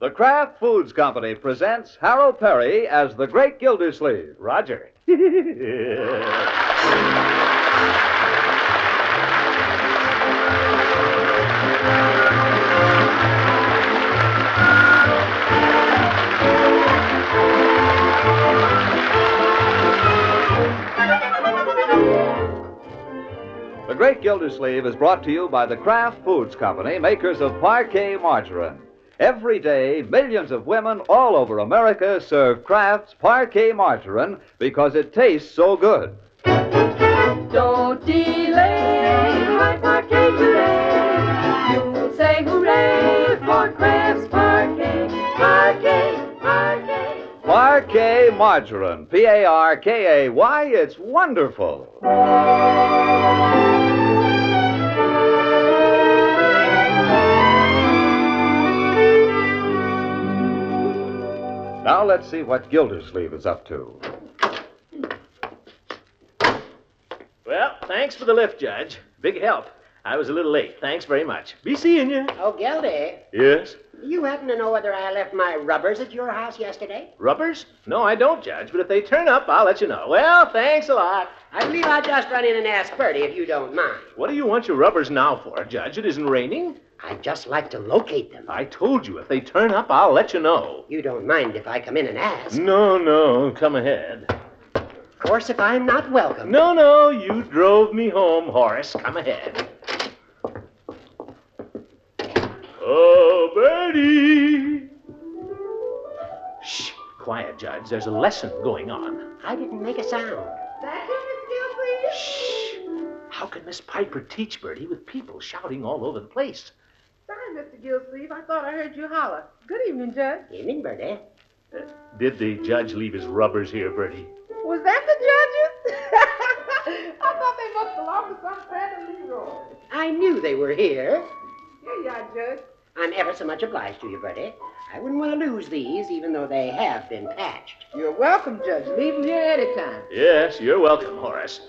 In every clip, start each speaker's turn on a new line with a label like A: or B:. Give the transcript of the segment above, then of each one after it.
A: The Kraft Foods Company presents Harold Perry as the Great Gildersleeve. Roger. The Great Gildersleeve is brought to you by the Kraft Foods Company, makers of parquet margarine. Every day, millions of women all over America serve Kraft's parquet margarine because it tastes so good.
B: Don't delay, try parquet today. You'll say hooray for Kraft's parquet, parquet, parquet.
A: Parquet margarine, P A R K A Y, it's wonderful. Now let's see what Gildersleeve is up to.
C: Well, thanks for the lift, Judge. Big help. I was a little late. Thanks very much. Be seeing you.
D: Oh, Gildy,
C: Yes?
D: you happen to know whether I left my rubbers at your house yesterday?
C: Rubbers? No, I don't, Judge, but if they turn up, I'll let you know. Well, thanks a lot.
D: I believe I'll just run in and ask Bertie if you don't mind.
C: What do you want your rubbers now for, Judge? It isn't raining.
D: I'd just like to locate them.
C: I told you, if they turn up, I'll let you know.
D: You don't mind if I come in and ask.
C: No, no, come ahead.
D: Of course, if I'm not welcome.
C: No, no, you drove me home, Horace. Come ahead. Oh, Bertie! Shh, quiet, Judge. There's a lesson going on.
D: I didn't make a sound.
B: Back in the field, please.
C: Shh! How can Miss Piper teach Bertie with people shouting all over the place?
B: Sorry, Mr. Gilsleeve. I thought I heard you holler. Good evening, Judge.
D: Evening, Bertie.
C: Did the judge leave his rubbers here, Bertie?
B: Was that the judges? I thought they must belong to some family Leroy.
D: I knew they were here.
B: Here you are, Judge.
D: I'm ever so much obliged to you, Bertie. I wouldn't want to lose these, even though they have been patched.
B: You're welcome, Judge. Leave 'em here anytime.
C: Yes, you're welcome, Horace.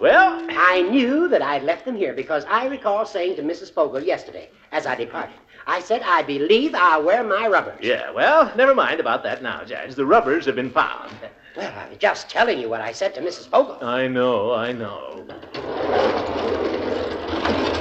C: Well,
D: I knew that I'd left them here because I recall saying to Mrs. Fogel yesterday, as I departed, I said, I believe I'll wear my rubbers.
C: yeah, well, never mind about that now, Judge. The rubbers have been found.
D: Well, I was just telling you what I said to Mrs. Fogel.
C: I know, I know.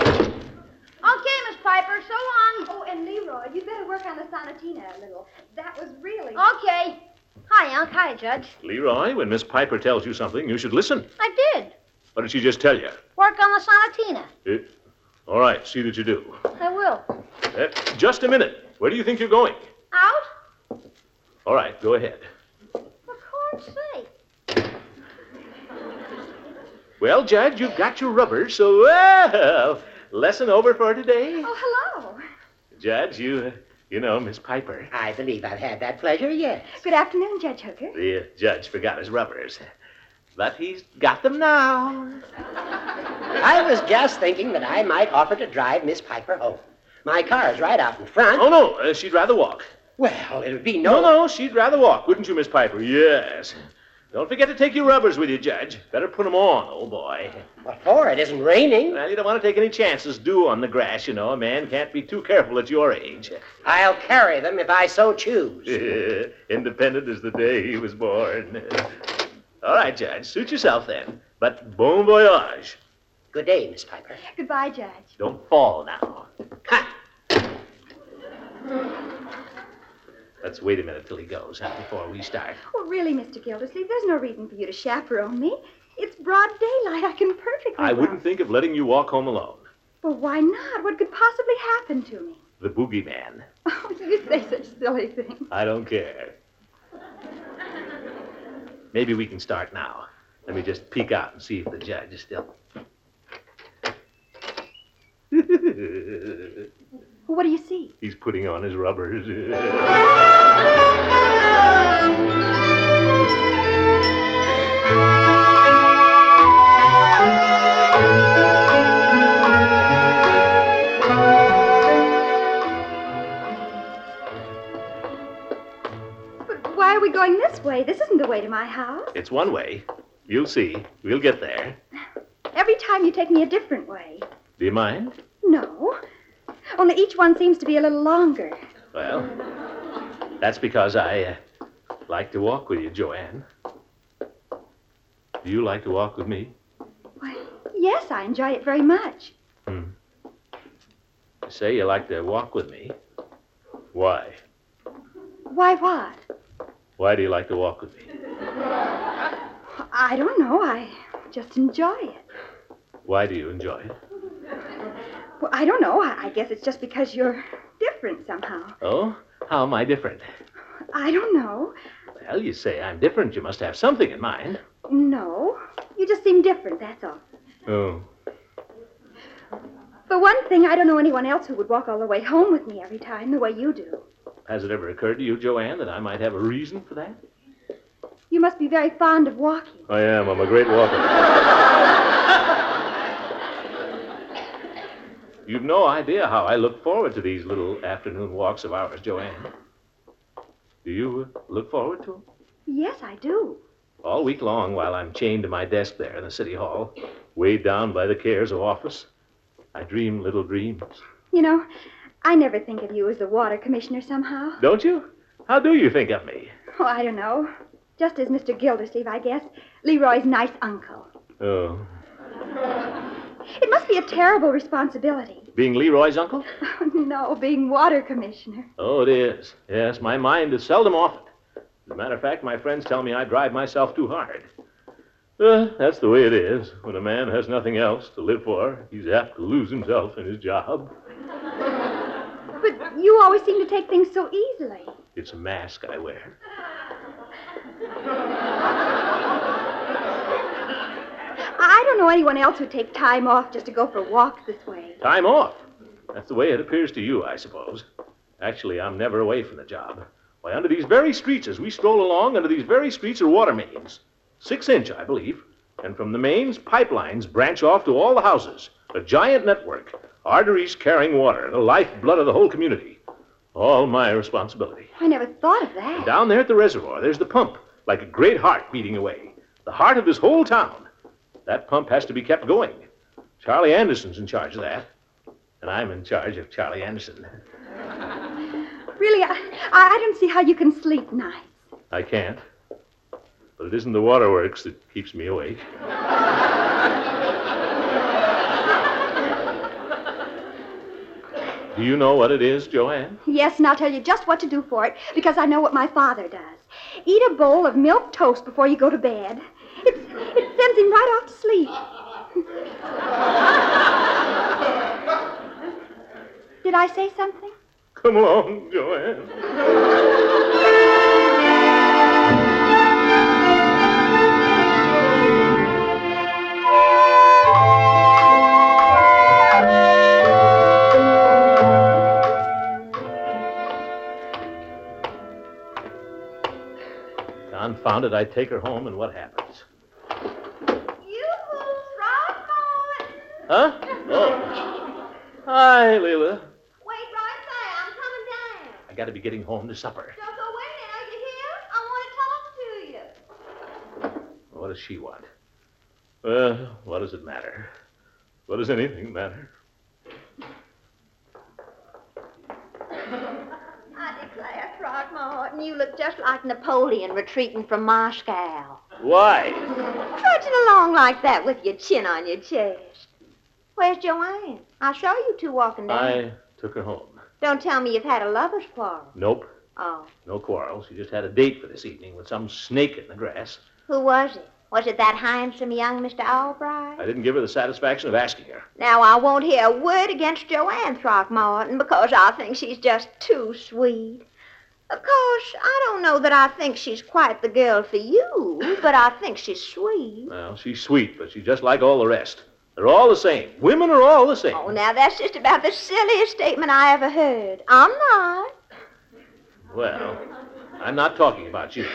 E: Okay, Miss Piper, so long. Oh, and Leroy, you better work on the sonatina a little. That was really. Okay. Hi, Unc. Hi, Judge.
C: Leroy, when Miss Piper tells you something, you should listen.
E: I did.
C: What did she just tell you?
E: Work on the sonatina.
C: It... All right, see that you do.
E: I will.
C: Uh, just a minute. Where do you think you're going?
E: Out?
C: All right, go ahead.
E: For corn's sake.
C: Well, Judge, you've got your rubbers, so well. Lesson over for today.
E: Oh, hello.
C: Judge, you uh, you know Miss Piper.
D: I believe I've had that pleasure, yes.
E: Good afternoon, Judge Hooker.
C: The uh, judge forgot his rubbers, but he's got them now.
D: I was just thinking that I might offer to drive Miss Piper home. My car's right out in front.
C: Oh no, uh, she'd rather walk.
D: Well, it'll be
C: No,
D: no.
C: no, she'd rather walk, wouldn't you, Miss Piper? Yes. Don't forget to take your rubbers with you, Judge. Better put 'em on, old boy.
D: What for? It isn't raining.
C: Well, you don't want to take any chances due on the grass, you know. A man can't be too careful at your age.
D: I'll carry them if I so choose.
C: Independent as the day he was born. All right, Judge, suit yourself then. But bon voyage.
D: Good day, Miss Piper.
E: Goodbye, Judge.
C: Don't fall now.
D: Ha!
C: Let's wait a minute till he goes, huh, before we start.
E: Oh, really, Mr. Gildersleeve, there's no reason for you to chaperone me. It's broad daylight. I can perfectly.
C: I
E: walk.
C: wouldn't think of letting you walk home alone.
E: Well, why not? What could possibly happen to me?
C: The boogeyman.
E: Oh, you say such silly things.
C: I don't care. Maybe we can start now. Let me just peek out and see if the judge is still.
E: Well, what do you see?
C: He's putting on his rubbers.
E: But why are we going this way? This isn't the way to my house.
C: it's one way. You'll see. We'll get there.
E: Every time you take me a different way.
C: Do you mind?
E: No. Only each one seems to be a little longer.
C: Well, that's because I uh, like to walk with you, Joanne. Do you like to walk with me?
E: Why, yes, I enjoy it very much.
C: You say you like to walk with me. Why?
E: Why what?
C: Why do you like to walk with me?
E: I don't know. I just enjoy it.
C: Why do you enjoy it?
E: Well, I don't know. I, I guess it's just because you're different somehow.
C: Oh, how am I different?
E: I don't know.
C: Well, you say I'm different. You must have something in mind.
E: No. You just seem different, that's all.
C: Oh.
E: For one thing, I don't know anyone else who would walk all the way home with me every time the way you do.
C: Has it ever occurred to you, Joanne, that I might have a reason for that?
E: You must be very fond of walking.
C: I am. I'm a great walker. You've no idea how I look forward to these little afternoon walks of ours, Joanne. Do you uh, look forward to them?
E: Yes, I do.
C: All week long, while I'm chained to my desk there in the city hall, weighed down by the cares of office, I dream little dreams.
E: You know, I never think of you as the water commissioner somehow.
C: Don't you? How do you think of me?
E: Oh, I don't know. Just as Mr. Gildersleeve, I guess. Leroy's nice uncle.
C: Oh,
E: It must be a terrible responsibility. Oh,
C: being Leroy's uncle?
E: no, being water commissioner.
C: Oh, it is. Yes, my mind is seldom off it. As a matter of fact, my friends tell me I drive myself too hard. Uh, that's the way it is. When a man has nothing else to live for, he's apt to lose himself in his job.
E: But you always seem to take things so easily.
C: It's a mask I wear.
E: I don't know anyone else who'd take time off just to go for walks this way.
C: Time off. That's the way it appears to you, I suppose. Actually, I'm never away from the job. Why, under these very streets, as we stroll along, under these very streets are water mains. Six inch, I believe. And from the mains, pipelines branch off to all the houses. A giant network. Arteries carrying water, the lifeblood of the whole community. All my responsibility.
E: I never thought of that.
C: Down there at the reservoir, there's the pump, like a great heart beating away. The heart of this whole town. That pump has to be kept going. Charlie Anderson's in charge of that. And I'm in charge of Charlie Anderson.
E: Really, I, I I don't see how you can sleep nights.
C: I can't. But it isn't the waterworks that keeps me awake. Do you know what it is, Joanne?
E: Yes, and I'll tell you just what to do for it because I know what my father does. Eat a bowl of milk toast before you go to bed. It, it sends him right off to sleep. Did I say something?
C: Come along, Joanne. Confound it, I take her home, and what happens?
E: You trombone!
C: Huh? Oh. Hi, Leela.
E: Wait right there. I'm coming down.
C: I gotta be getting home to supper.
E: Don't go away now. You hear? I want to talk to you.
C: What does she want? Well, what does it matter? What does anything matter?
E: I declare, Throckmorton, you look just like Napoleon retreating from Moscow.
C: Why?
E: Trudging along like that with your chin on your chest. Where's Joanne? I saw you two walking down.
C: I took her home.
E: Don't tell me you've had a lover's quarrel.
C: Nope,
E: Oh,
C: no quarrel. She just had a date for this evening with some snake in the grass.
E: who was it? Was it that handsome young Mr. Albright?
C: I didn't give her the satisfaction of asking her.
E: Now, I won't hear a word against Joanne Throckmorton because I think she's just too sweet. Of course, I don't know that I think she's quite the girl for you, but I think she's sweet.
C: Well, she's sweet, but she's just like all the rest. They're all the same. Women are all the same.
E: Oh, now that's just about the silliest statement I ever heard. I'm not.
C: Well, I'm not talking about you.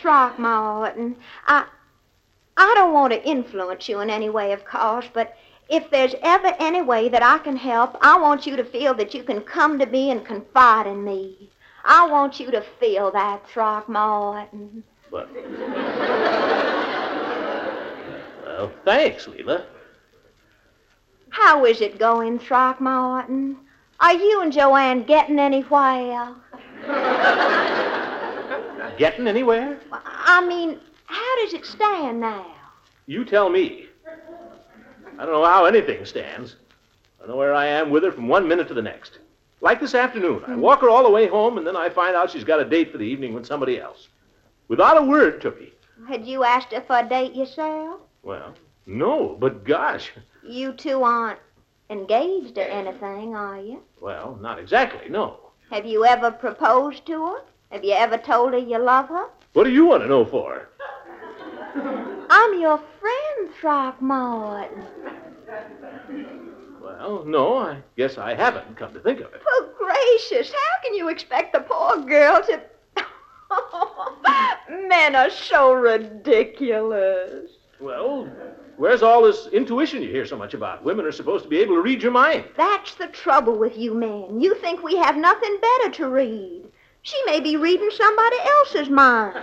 E: Throckmorton, I, I don't want to influence you in any way, of course, but if there's ever any way that I can help, I want you to feel that you can come to me and confide in me. I want you to feel that, Throckmorton.
C: But. Well, thanks, Leela.
E: How is it going, Throckmorton? Are you and Joanne getting anywhere?
C: Getting anywhere?
E: I mean, how does it stand now?
C: You tell me. I don't know how anything stands. I know where I am with her from one minute to the next. Like this afternoon, I walk her all the way home, and then I find out she's got a date for the evening with somebody else. Without a word to me.
E: Had you asked her for a date yourself?
C: Well, no, but gosh.
E: You two aren't engaged or anything, are you?
C: Well, not exactly, no.
E: Have you ever proposed to her? Have you ever told her you love her?
C: What do you want to know for?
E: I'm your friend, Throckmorton.
C: Well, no, I guess I haven't come to think of it.
E: Oh, gracious, how can you expect the poor girl to. Men are so ridiculous.
C: Well, where's all this intuition you hear so much about? Women are supposed to be able to read your mind.
E: That's the trouble with you men. You think we have nothing better to read. She may be reading somebody else's mind.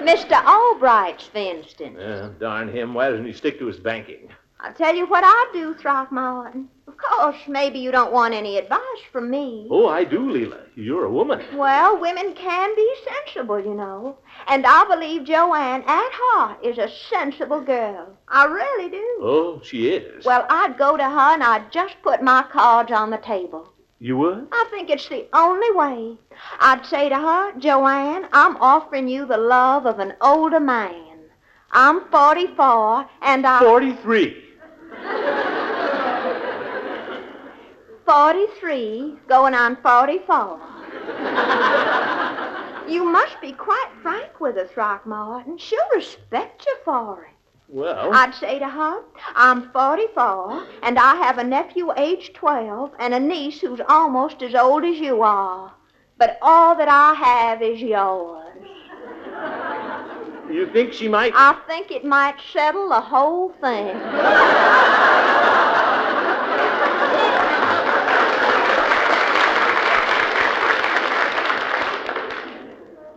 E: Mr. Albright's, for instance.
C: Yeah, Eh, darn him. Why doesn't he stick to his banking?
E: I'll tell you what I'll do, Throckmorton. Of course, maybe you don't want any advice from me.
C: Oh, I do, Leela. You're a woman.
E: Well, women can be sensible, you know. And I believe Joanne, at heart, is a sensible girl. I really do.
C: Oh, she is.
E: Well, I'd go to her and I'd just put my cards on the table.
C: You would?
E: I think it's the only way. I'd say to her, Joanne, I'm offering you the love of an older man. I'm 44, and I...
C: 43.
E: 43, going on 44. you must be quite frank with her, Throckmorton. She'll respect you for it.
B: Oh.
C: Well,
E: I'd say to her, I'm 44, and I have a nephew aged 12 and a niece who's almost as old as you are. But all that I have is yours.
C: you think she might.
E: I think it might settle the whole thing.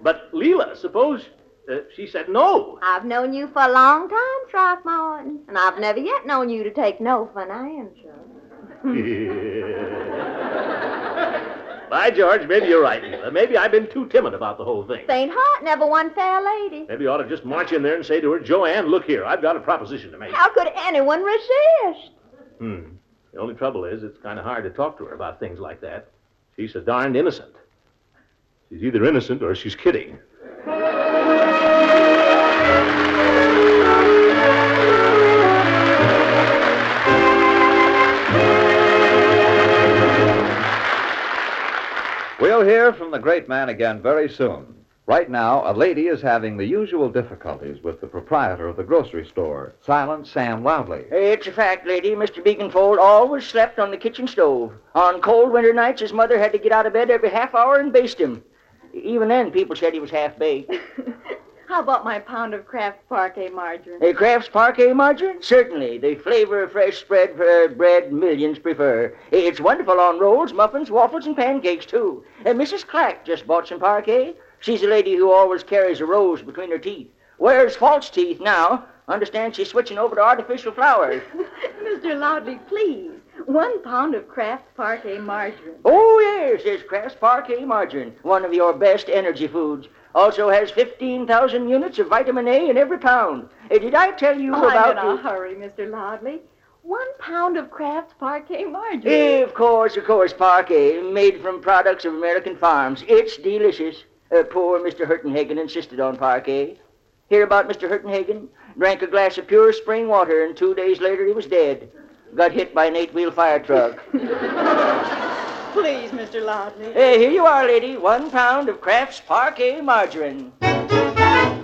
C: But, Leela, suppose uh, she said no.
E: I've known you for a long time, Throckmorton, and I've never yet known you to take no for an answer.
C: By George, maybe you're right, Leela. Maybe I've been too timid about the whole thing.
E: Faint heart never won fair lady.
C: Maybe you ought to just march in there and say to her, Joanne, look here, I've got a proposition to make.
E: How could anyone resist?
C: Hmm. The only trouble is, it's kind of hard to talk to her about things like that. She's so darned innocent. She's either innocent or she's kidding.
A: We'll hear from the great man again very soon. Right now, a lady is having the usual difficulties with the proprietor of the grocery store, Silent Sam Loudly.
F: It's a fact, lady. Mr. Beaconfold always slept on the kitchen stove. On cold winter nights, his mother had to get out of bed every half hour and baste him. Even then, people said he was half baked.
B: How about my pound of Kraft Parquet margarine?
F: A Kraft's parquet margarine? Certainly. The flavor of fresh spread uh, bread millions prefer. It's wonderful on rolls, muffins, waffles, and pancakes, too. And Mrs. Clack just bought some parquet. She's a lady who always carries a rose between her teeth. Wears false teeth now. Understand she's switching over to artificial flowers.
B: Mr. Loudly, please. One pound of Kraft Parquet margarine.
F: Oh, yes, it's Kraft's Parquet Margarine, one of your best energy foods. Also has 15,000 units of vitamin A in every pound. Uh, Did I tell you
B: Oh,
F: about...
B: I'm in a
F: the-
B: hurry, Mr. Loudly. One pound of Kraft Parquet margarine.
F: Eh, of course, of course, parquet, made from products of American farms. It's delicious. Uh, poor Mr. Hurtenhagen insisted on parquet. Hear about Mr. Hurtenhagen? Drank a glass of pure spring water, and two days later he was dead. Got hit by an eight-wheel fire truck.
B: Please, Mr. Loudly.
F: hey, here you are, lady. One pound of Kraft's Parquet Margarine.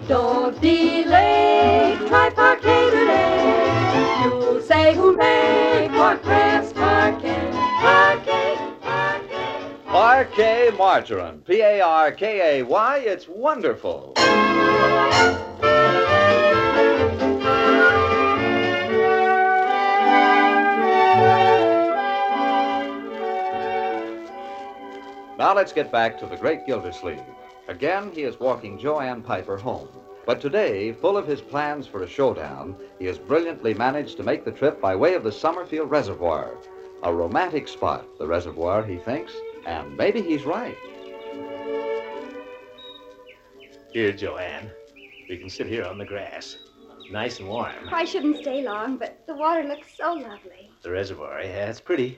G: Don't delay, try parquet today.
F: Uh,
G: You'll say hooray for Kraft's parquet, parquet, parquet.
A: Parquet margarine. P A R K A Y. It's wonderful. Now let's get back to the great Gildersleeve. Again, he is walking Joanne Piper home. But today, full of his plans for a showdown, he has brilliantly managed to make the trip by way of the Summerfield Reservoir. A romantic spot, the reservoir, he thinks, and maybe he's right.
C: Here, Joanne. We can sit here on the grass. Nice and warm.
H: I shouldn't stay long, but the water looks so lovely.
C: The reservoir, yeah, it's pretty.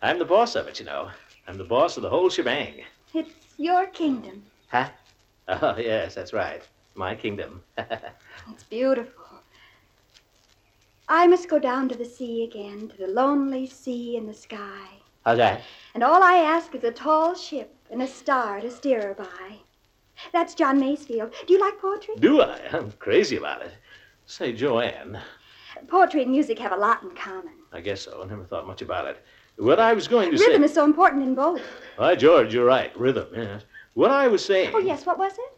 C: I'm the boss of it, you know. I'm the boss of the whole shebang.
H: It's your kingdom.
C: Oh, yes, that's right. My kingdom.
H: It's beautiful. I must go down to the sea again, to the lonely sea and the sky.
C: How's that?
H: And all I ask is a tall ship and a star to steer her by. That's John Masefield. Do you like poetry?
C: Do I? I'm crazy about it. Say, Joanne,
H: Poetry and music have a lot in common.
C: I guess so. I never thought much about it. What I was going to say.
H: Rhythm is so important in both.
C: Why, George, you're right. Rhythm, yes. What I was saying.
H: Oh, yes, what was it?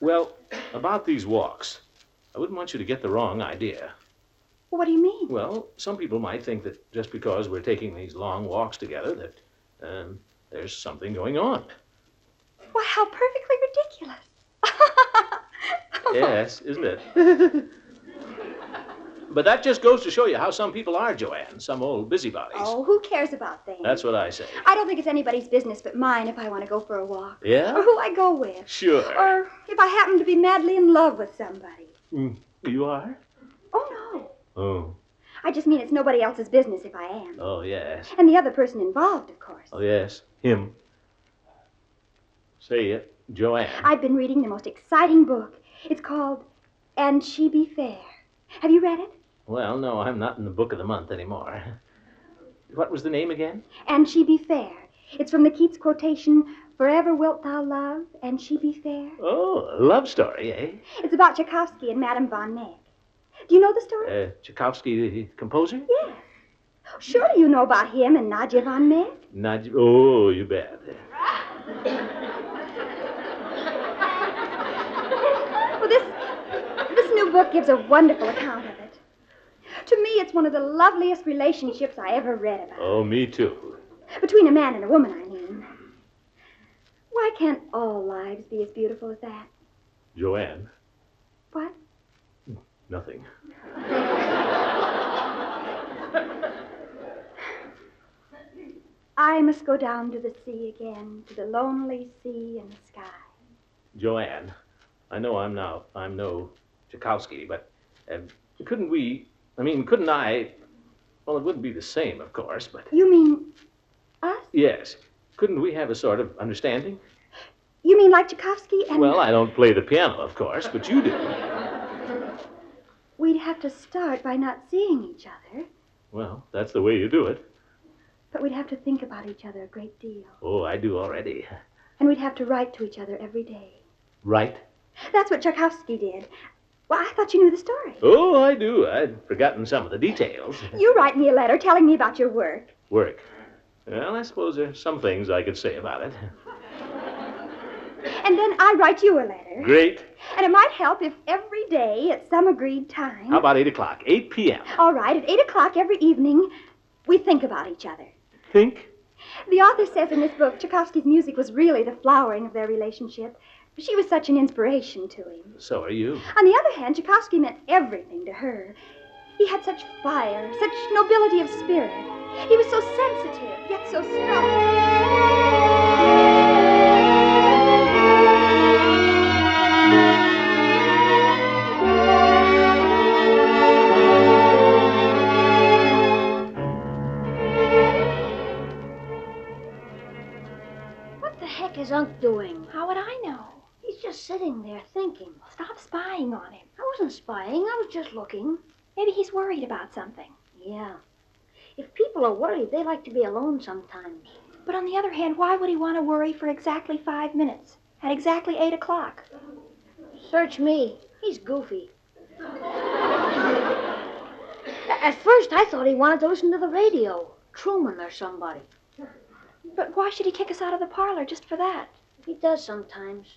C: Well, about these walks, I wouldn't want you to get the wrong idea.
H: What do you mean?
C: Well, some people might think that just because we're taking these long walks together, that um, there's something going on.
H: Why, how perfectly ridiculous.
C: Yes, isn't it? but that just goes to show you how some people are, Joanne. Some old busybodies.
H: Oh, who cares about things?
C: That's what I say.
H: I don't think it's anybody's business but mine if I want to go for a walk. Or
C: Yeah?
H: who I go with.
C: Sure.
H: Or if I happen to be madly in love with somebody.
C: Mm. You are?
H: Oh, no.
C: Oh.
H: I just mean it's nobody else's business if I am.
C: Oh, yes.
H: And the other person involved, of course.
C: Oh, yes. Him. Say it, Joanne.
H: I've been reading the most exciting book. It's called And She Be Fair. Have you read it?
C: Well, no, I'm not in the book of the month anymore. What was the name again?
H: And She Be Fair. It's from the Keats quotation, Forever wilt thou love, and she be fair.
C: Oh, a love story, eh?
H: It's about Tchaikovsky and Madame von Meck. Do you know the story?
C: Uh, Tchaikovsky, the composer?
H: Yes. Surely you know about him and Nadia von Meck.
C: Naj- oh, you bet.
H: Well, this, this new book gives a wonderful account of it. To me, it's one of the loveliest relationships I ever read about.
C: Oh, me too.
H: Between a man and a woman, I mean. Why can't all lives be as beautiful as that?
C: Joanne,
H: What?
C: nothing.
H: I must go down to the sea again, to the lonely sea and the sky.
C: Joanne, I know I'm now, I'm no Tchaikovsky, but uh, couldn't we, I mean, couldn't I, well, it wouldn't be the same, of course, but
H: You mean us?
C: yes, couldn't we have a sort of understanding?
H: You mean like Tchaikovsky and.
C: Well, I don't play the piano, of course, but you do.
H: We'd have to start by not seeing each other,
C: Well, that's the way you do it.
H: but we'd have to think about each other a great deal.
C: Oh, I do already.
H: And we'd have to write to each other every day.
C: Right?
H: That's what Tchaikovsky did. Well, I thought you knew the story.
C: Oh, I do. I'd forgotten some of the details.
H: You write me a letter telling me about your work.
C: Work. Well, I suppose there's some things I could say about it.
H: And then I write you a letter.
C: Great.
H: And it might help if every day at some agreed time.
C: How about 8 o'clock? 8 p.m.
H: All right, at 8 o'clock every evening, we think about each other.
C: Think?
H: The author says in this book Tchaikovsky's music was really the flowering of their relationship. She was such an inspiration to him.
C: So are you.
H: On the other hand, Tchaikovsky meant everything to her. He had such fire, such nobility of spirit. He was so sensitive, yet so strong.
I: What the heck is Unc doing?
H: How would I know?
I: He's just sitting there thinking.
H: Stop spying on him.
I: I wasn't spying, I was just looking.
H: Maybe he's worried about something.
I: Yeah. If people are worried, they like to be alone sometimes.
H: But on the other hand, why would he want to worry for exactly five minutes? At exactly eight o'clock.
I: Search me. He's goofy. A- At first, I thought he wanted to listen to the radio. Truman or somebody.
H: But why should he kick us out of the parlor just for that?
I: He does sometimes.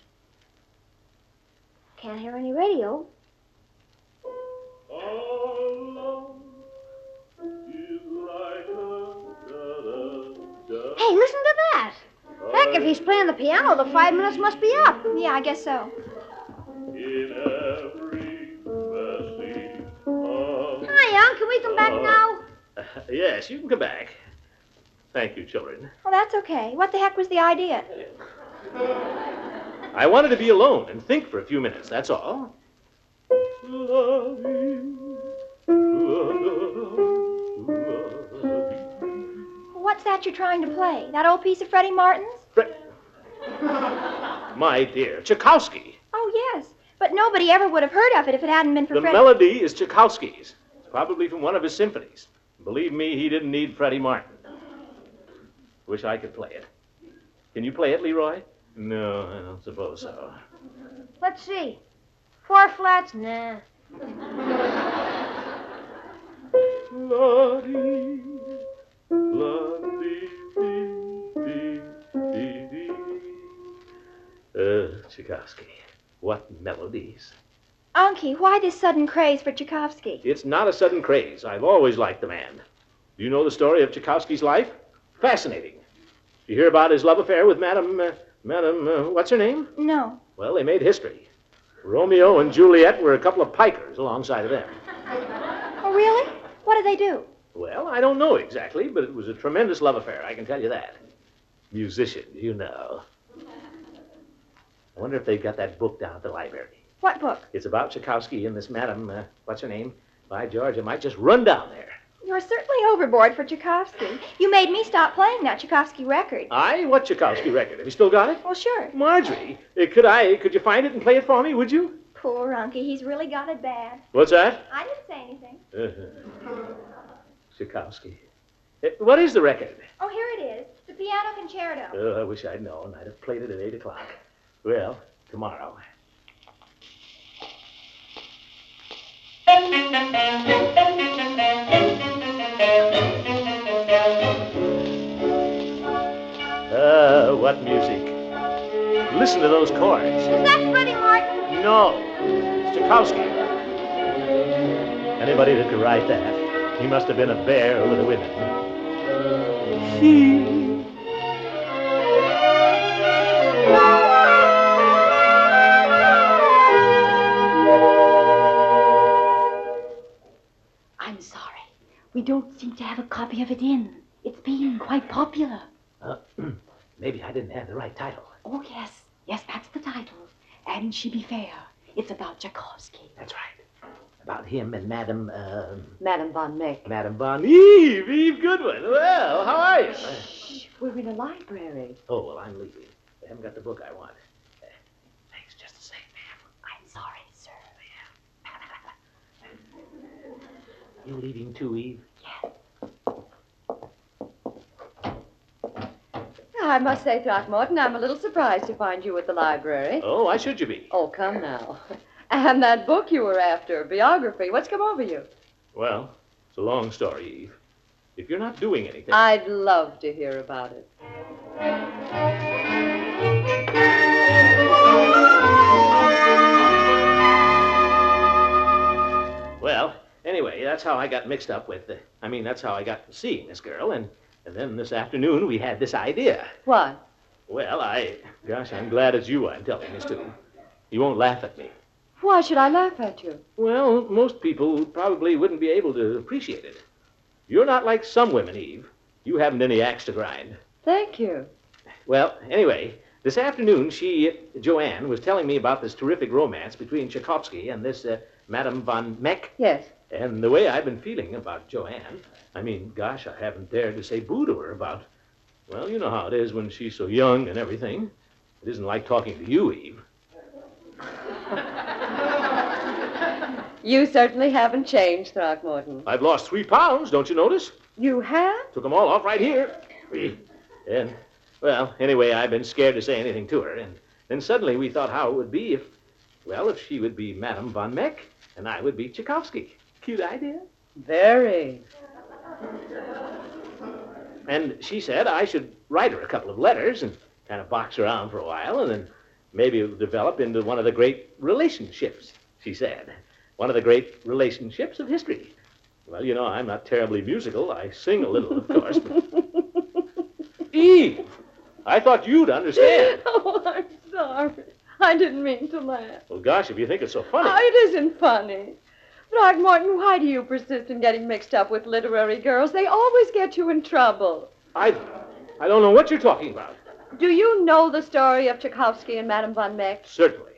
I: Can't hear any radio. Hey, listen to that. Heck, if he's playing the piano, the five minutes must be up.
H: Yeah, I guess so.
C: In
I: Oh. we come back
C: Oh.
I: now?
C: yes, you can come back. Thank you, children.
I: Oh, that's okay. What the heck was the idea?
C: I wanted to be alone and think for a few minutes, that's all.
I: What's that you're trying to play? That old piece of Freddie Martin's?
C: My dear, Tchaikovsky.
I: Oh, yes. But nobody ever would have heard of it if it hadn't been for
C: The
I: Freddie.
C: melody is Tchaikovsky's. It's probably from one of his symphonies. Believe me, he didn't need Freddie Martin. Wish I could play it. Can you play it, Leroy? No, I don't suppose so.
J: Let's see. Four flats? Nah.
C: Uh, Tchaikovsky. What melodies.
I: Unky, why this sudden craze for Tchaikovsky?
C: It's not a sudden craze. I've always liked the man. Do you know the story of Tchaikovsky's life? Fascinating. Did you hear about his love affair with Madame, uh, Madame, uh, what's her name?
I: No.
C: Well, they made history. Romeo and Juliet were a couple of pikers alongside of them.
I: Oh, really? What did they do?
C: Well, I don't know exactly, but it was a tremendous love affair, I can tell you that. Musician, you know. I wonder if they've got that book down at the library.
I: What book?
C: It's about Tchaikovsky and this Madame, uh, what's her name? By George, I might just run down there.
I: You're certainly overboard for Tchaikovsky. You made me stop playing that Tchaikovsky record.
C: I? What Tchaikovsky record? Have you still got it?
I: Well, sure.
C: Marjorie, uh, could I? Could you find it and play it for me? Would you?
I: Poor Unky, he's really got it bad.
C: What's that? Uh-huh.
I: I didn't say anything.
C: Tchaikovsky. Uh, what is the record?
I: Oh, here it is. The piano concerto.
C: Oh, I wish I'd known. I'd have played it at eight o'clock. Well, tomorrow. Ah, what music! Listen to those chords.
I: Is that Freddie Martin?
C: No, it's Tchaikovsky. Anybody that could write that, he must have been a bear over the women.
J: I'm sorry. We don't seem to have a copy of it in. It's being quite popular.
C: Uh, maybe I didn't have the right title.
J: Oh, yes. Yes, that's the title. And she be fair. It's about Tchaikovsky.
C: That's right. About him and Madame, um,
J: Madame von Meck.
C: Madame Von Eve, Eve Goodwin. Well, how are you?
J: We're in a library.
C: Oh, well, I'm leaving. I haven't got the book I want. Uh, Thanks just the same, ma'am.
J: I'm sorry, sir.
C: You leaving too, Eve?
G: I must say, Throckmorton, I'm a little surprised to find you at the library.
C: Oh, why should you be?
G: Oh, come now. And that book you were after, biography, what's come over you?
C: Well, it's a long story, Eve. If you're not doing anything.
G: I'd love to hear about it.
C: Well, anyway, that's how I got mixed up with the. I mean, that's how I got seeing this girl, and, and then this afternoon we had this idea.
G: Why?
C: Well, I. Gosh, I'm glad it's you I'm telling this to. You won't laugh at me.
G: Why should I laugh at you?
C: Well, most people probably wouldn't be able to appreciate it. You're not like some women, Eve. You haven't any axe to grind.
G: Thank you.
C: Well, anyway, this afternoon she, Joanne, was telling me about this terrific romance between Tchaikovsky and this uh, Madame von Meck.
G: Yes.
C: And the way I've been feeling about Joanne, I mean, gosh, I haven't dared to say boo to her about. Well, you know how it is when she's so young and everything. It isn't like talking to you, Eve.
G: You certainly haven't changed, Throckmorton.
C: I've lost three pounds, don't you notice?
G: You have?
C: Took 'em all off right here. And, well, anyway, I've been scared to say anything to her. And then suddenly we thought how it would be if, well, if she would be Madame von Meck and I would be Tchaikovsky. Cute idea.
G: Very.
C: And she said I should write her a couple of letters and kind of box around for a while, and then maybe it'll develop into one of the great relationships, she said. One of the great relationships of history. Well, you know, I'm not terribly musical. I sing a little, of course. But... Eve! I thought you'd understand.
G: Oh, I'm sorry. I didn't mean to laugh.
C: Well, gosh, if you think it's so funny.
G: Oh, it isn't funny. Throckmorton, why do you persist in getting mixed up with literary girls? They always get you in trouble.
C: I, I don't know what you're talking about.
G: Do you know the story of Tchaikovsky and Madame von Meck?
C: Certainly.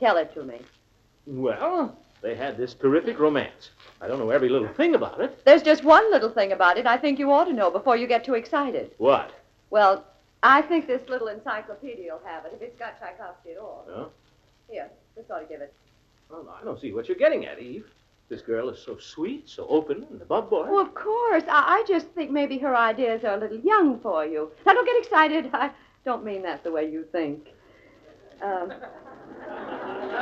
G: Tell it to me.
C: Well, they had this terrific romance. I don't know every little thing about it.
G: There's just one little thing about it I think you ought to know before you get too excited.
C: What?
G: Well, I think this little encyclopedia will have it, if it's got Tchaikovsky at all.
C: Huh?
G: Here, this ought to give it.
C: Well, I don't see what you're getting at, Eve. This girl is so sweet, so open, and above board.
G: Oh, of course. I, I just think maybe her ideas are a little young for you. Now, don't get excited. I don't mean that the way you think. Um,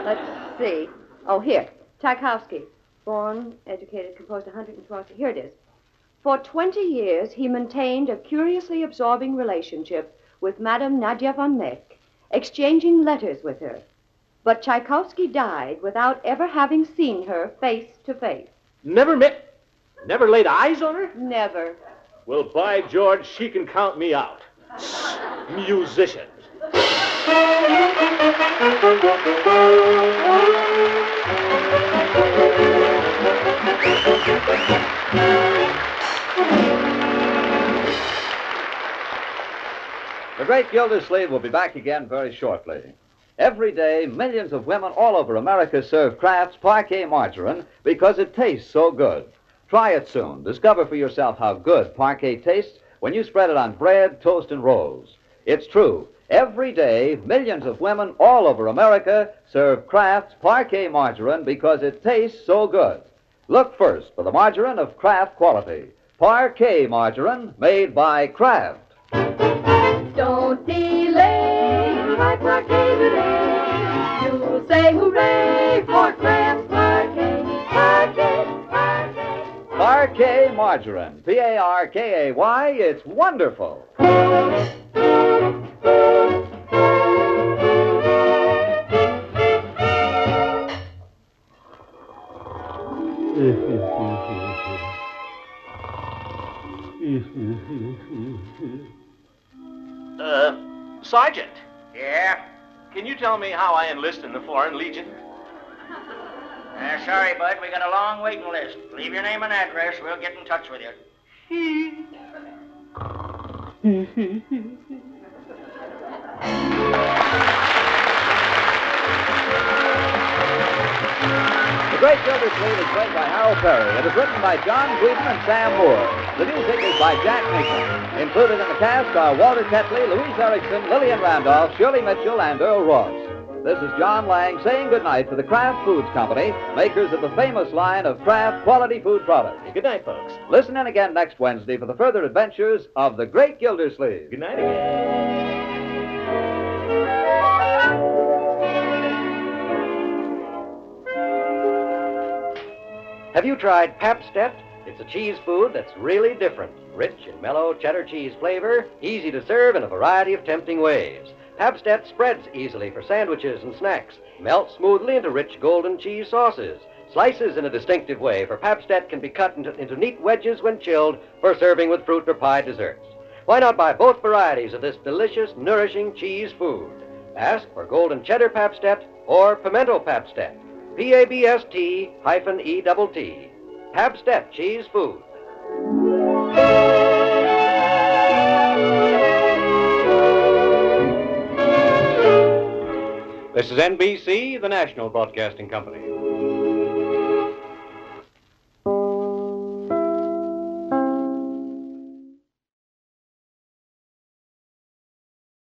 G: let's see. Oh, here. Tchaikovsky. Born, educated, composed 120. Here it is. For 20 years, he maintained a curiously absorbing relationship with Madame Nadia von Meck, exchanging letters with her. But Tchaikovsky died without ever having seen her face to face.
C: Never met, never laid eyes on her?
G: Never.
C: Well, by George, she can count me out. Musicians.
A: The great Gildersleeve will be back again very shortly. Every day, millions of women all over America serve Kraft's Parquet Margarine because it tastes so good. Try it soon. Discover for yourself how good parquet tastes when you spread it on bread, toast, and rolls. It's true. Every day, millions of women all over America serve Kraft's Parquet Margarine because it tastes so good. Look first for the margarine of Kraft quality. Parquet margarine made by Kraft.
B: Don't delay, my parquet today. You'll say hooray for Kraft parquet, parquet, parquet.
A: Parquet margarine. P A R K A Y. It's wonderful.
C: Uh, Sergeant,
F: Yeah?
C: can you tell me how I enlist in the Foreign Legion?
F: Uh, sorry, bud. We got a long waiting list. Leave your name and address. We'll get in touch with you.
A: The Great Gildersleeve is played by Harold Perry. It is written by John Wheaton and Sam Moore. The music is by Jack Nicholson. Included in the cast are Walter Tetley, Louise Erickson, Lillian Randolph, Shirley Mitchell, and Earl Ross. This is John Lang saying goodnight to the Kraft Foods Company, makers of the famous line of Kraft quality food products.
C: Good night, folks.
A: Listen in again next Wednesday for the further adventures of the Great Gildersleeve.
C: Good night again.
K: Have you tried Papstedt? It's a cheese food that's really different. Rich in mellow cheddar cheese flavor, easy to serve in a variety of tempting ways. Papstedt spreads easily for sandwiches and snacks, melts smoothly into rich golden cheese sauces, slices in a distinctive way, for Papstedt can be cut into, into neat wedges when chilled for serving with fruit or pie desserts. Why not buy both varieties of this delicious, nourishing cheese food? Ask for golden cheddar Papstedt or pimento Papstedt. P A B S T hyphen E double T. Pabstet Cheese Food. This is NBC, the national broadcasting company.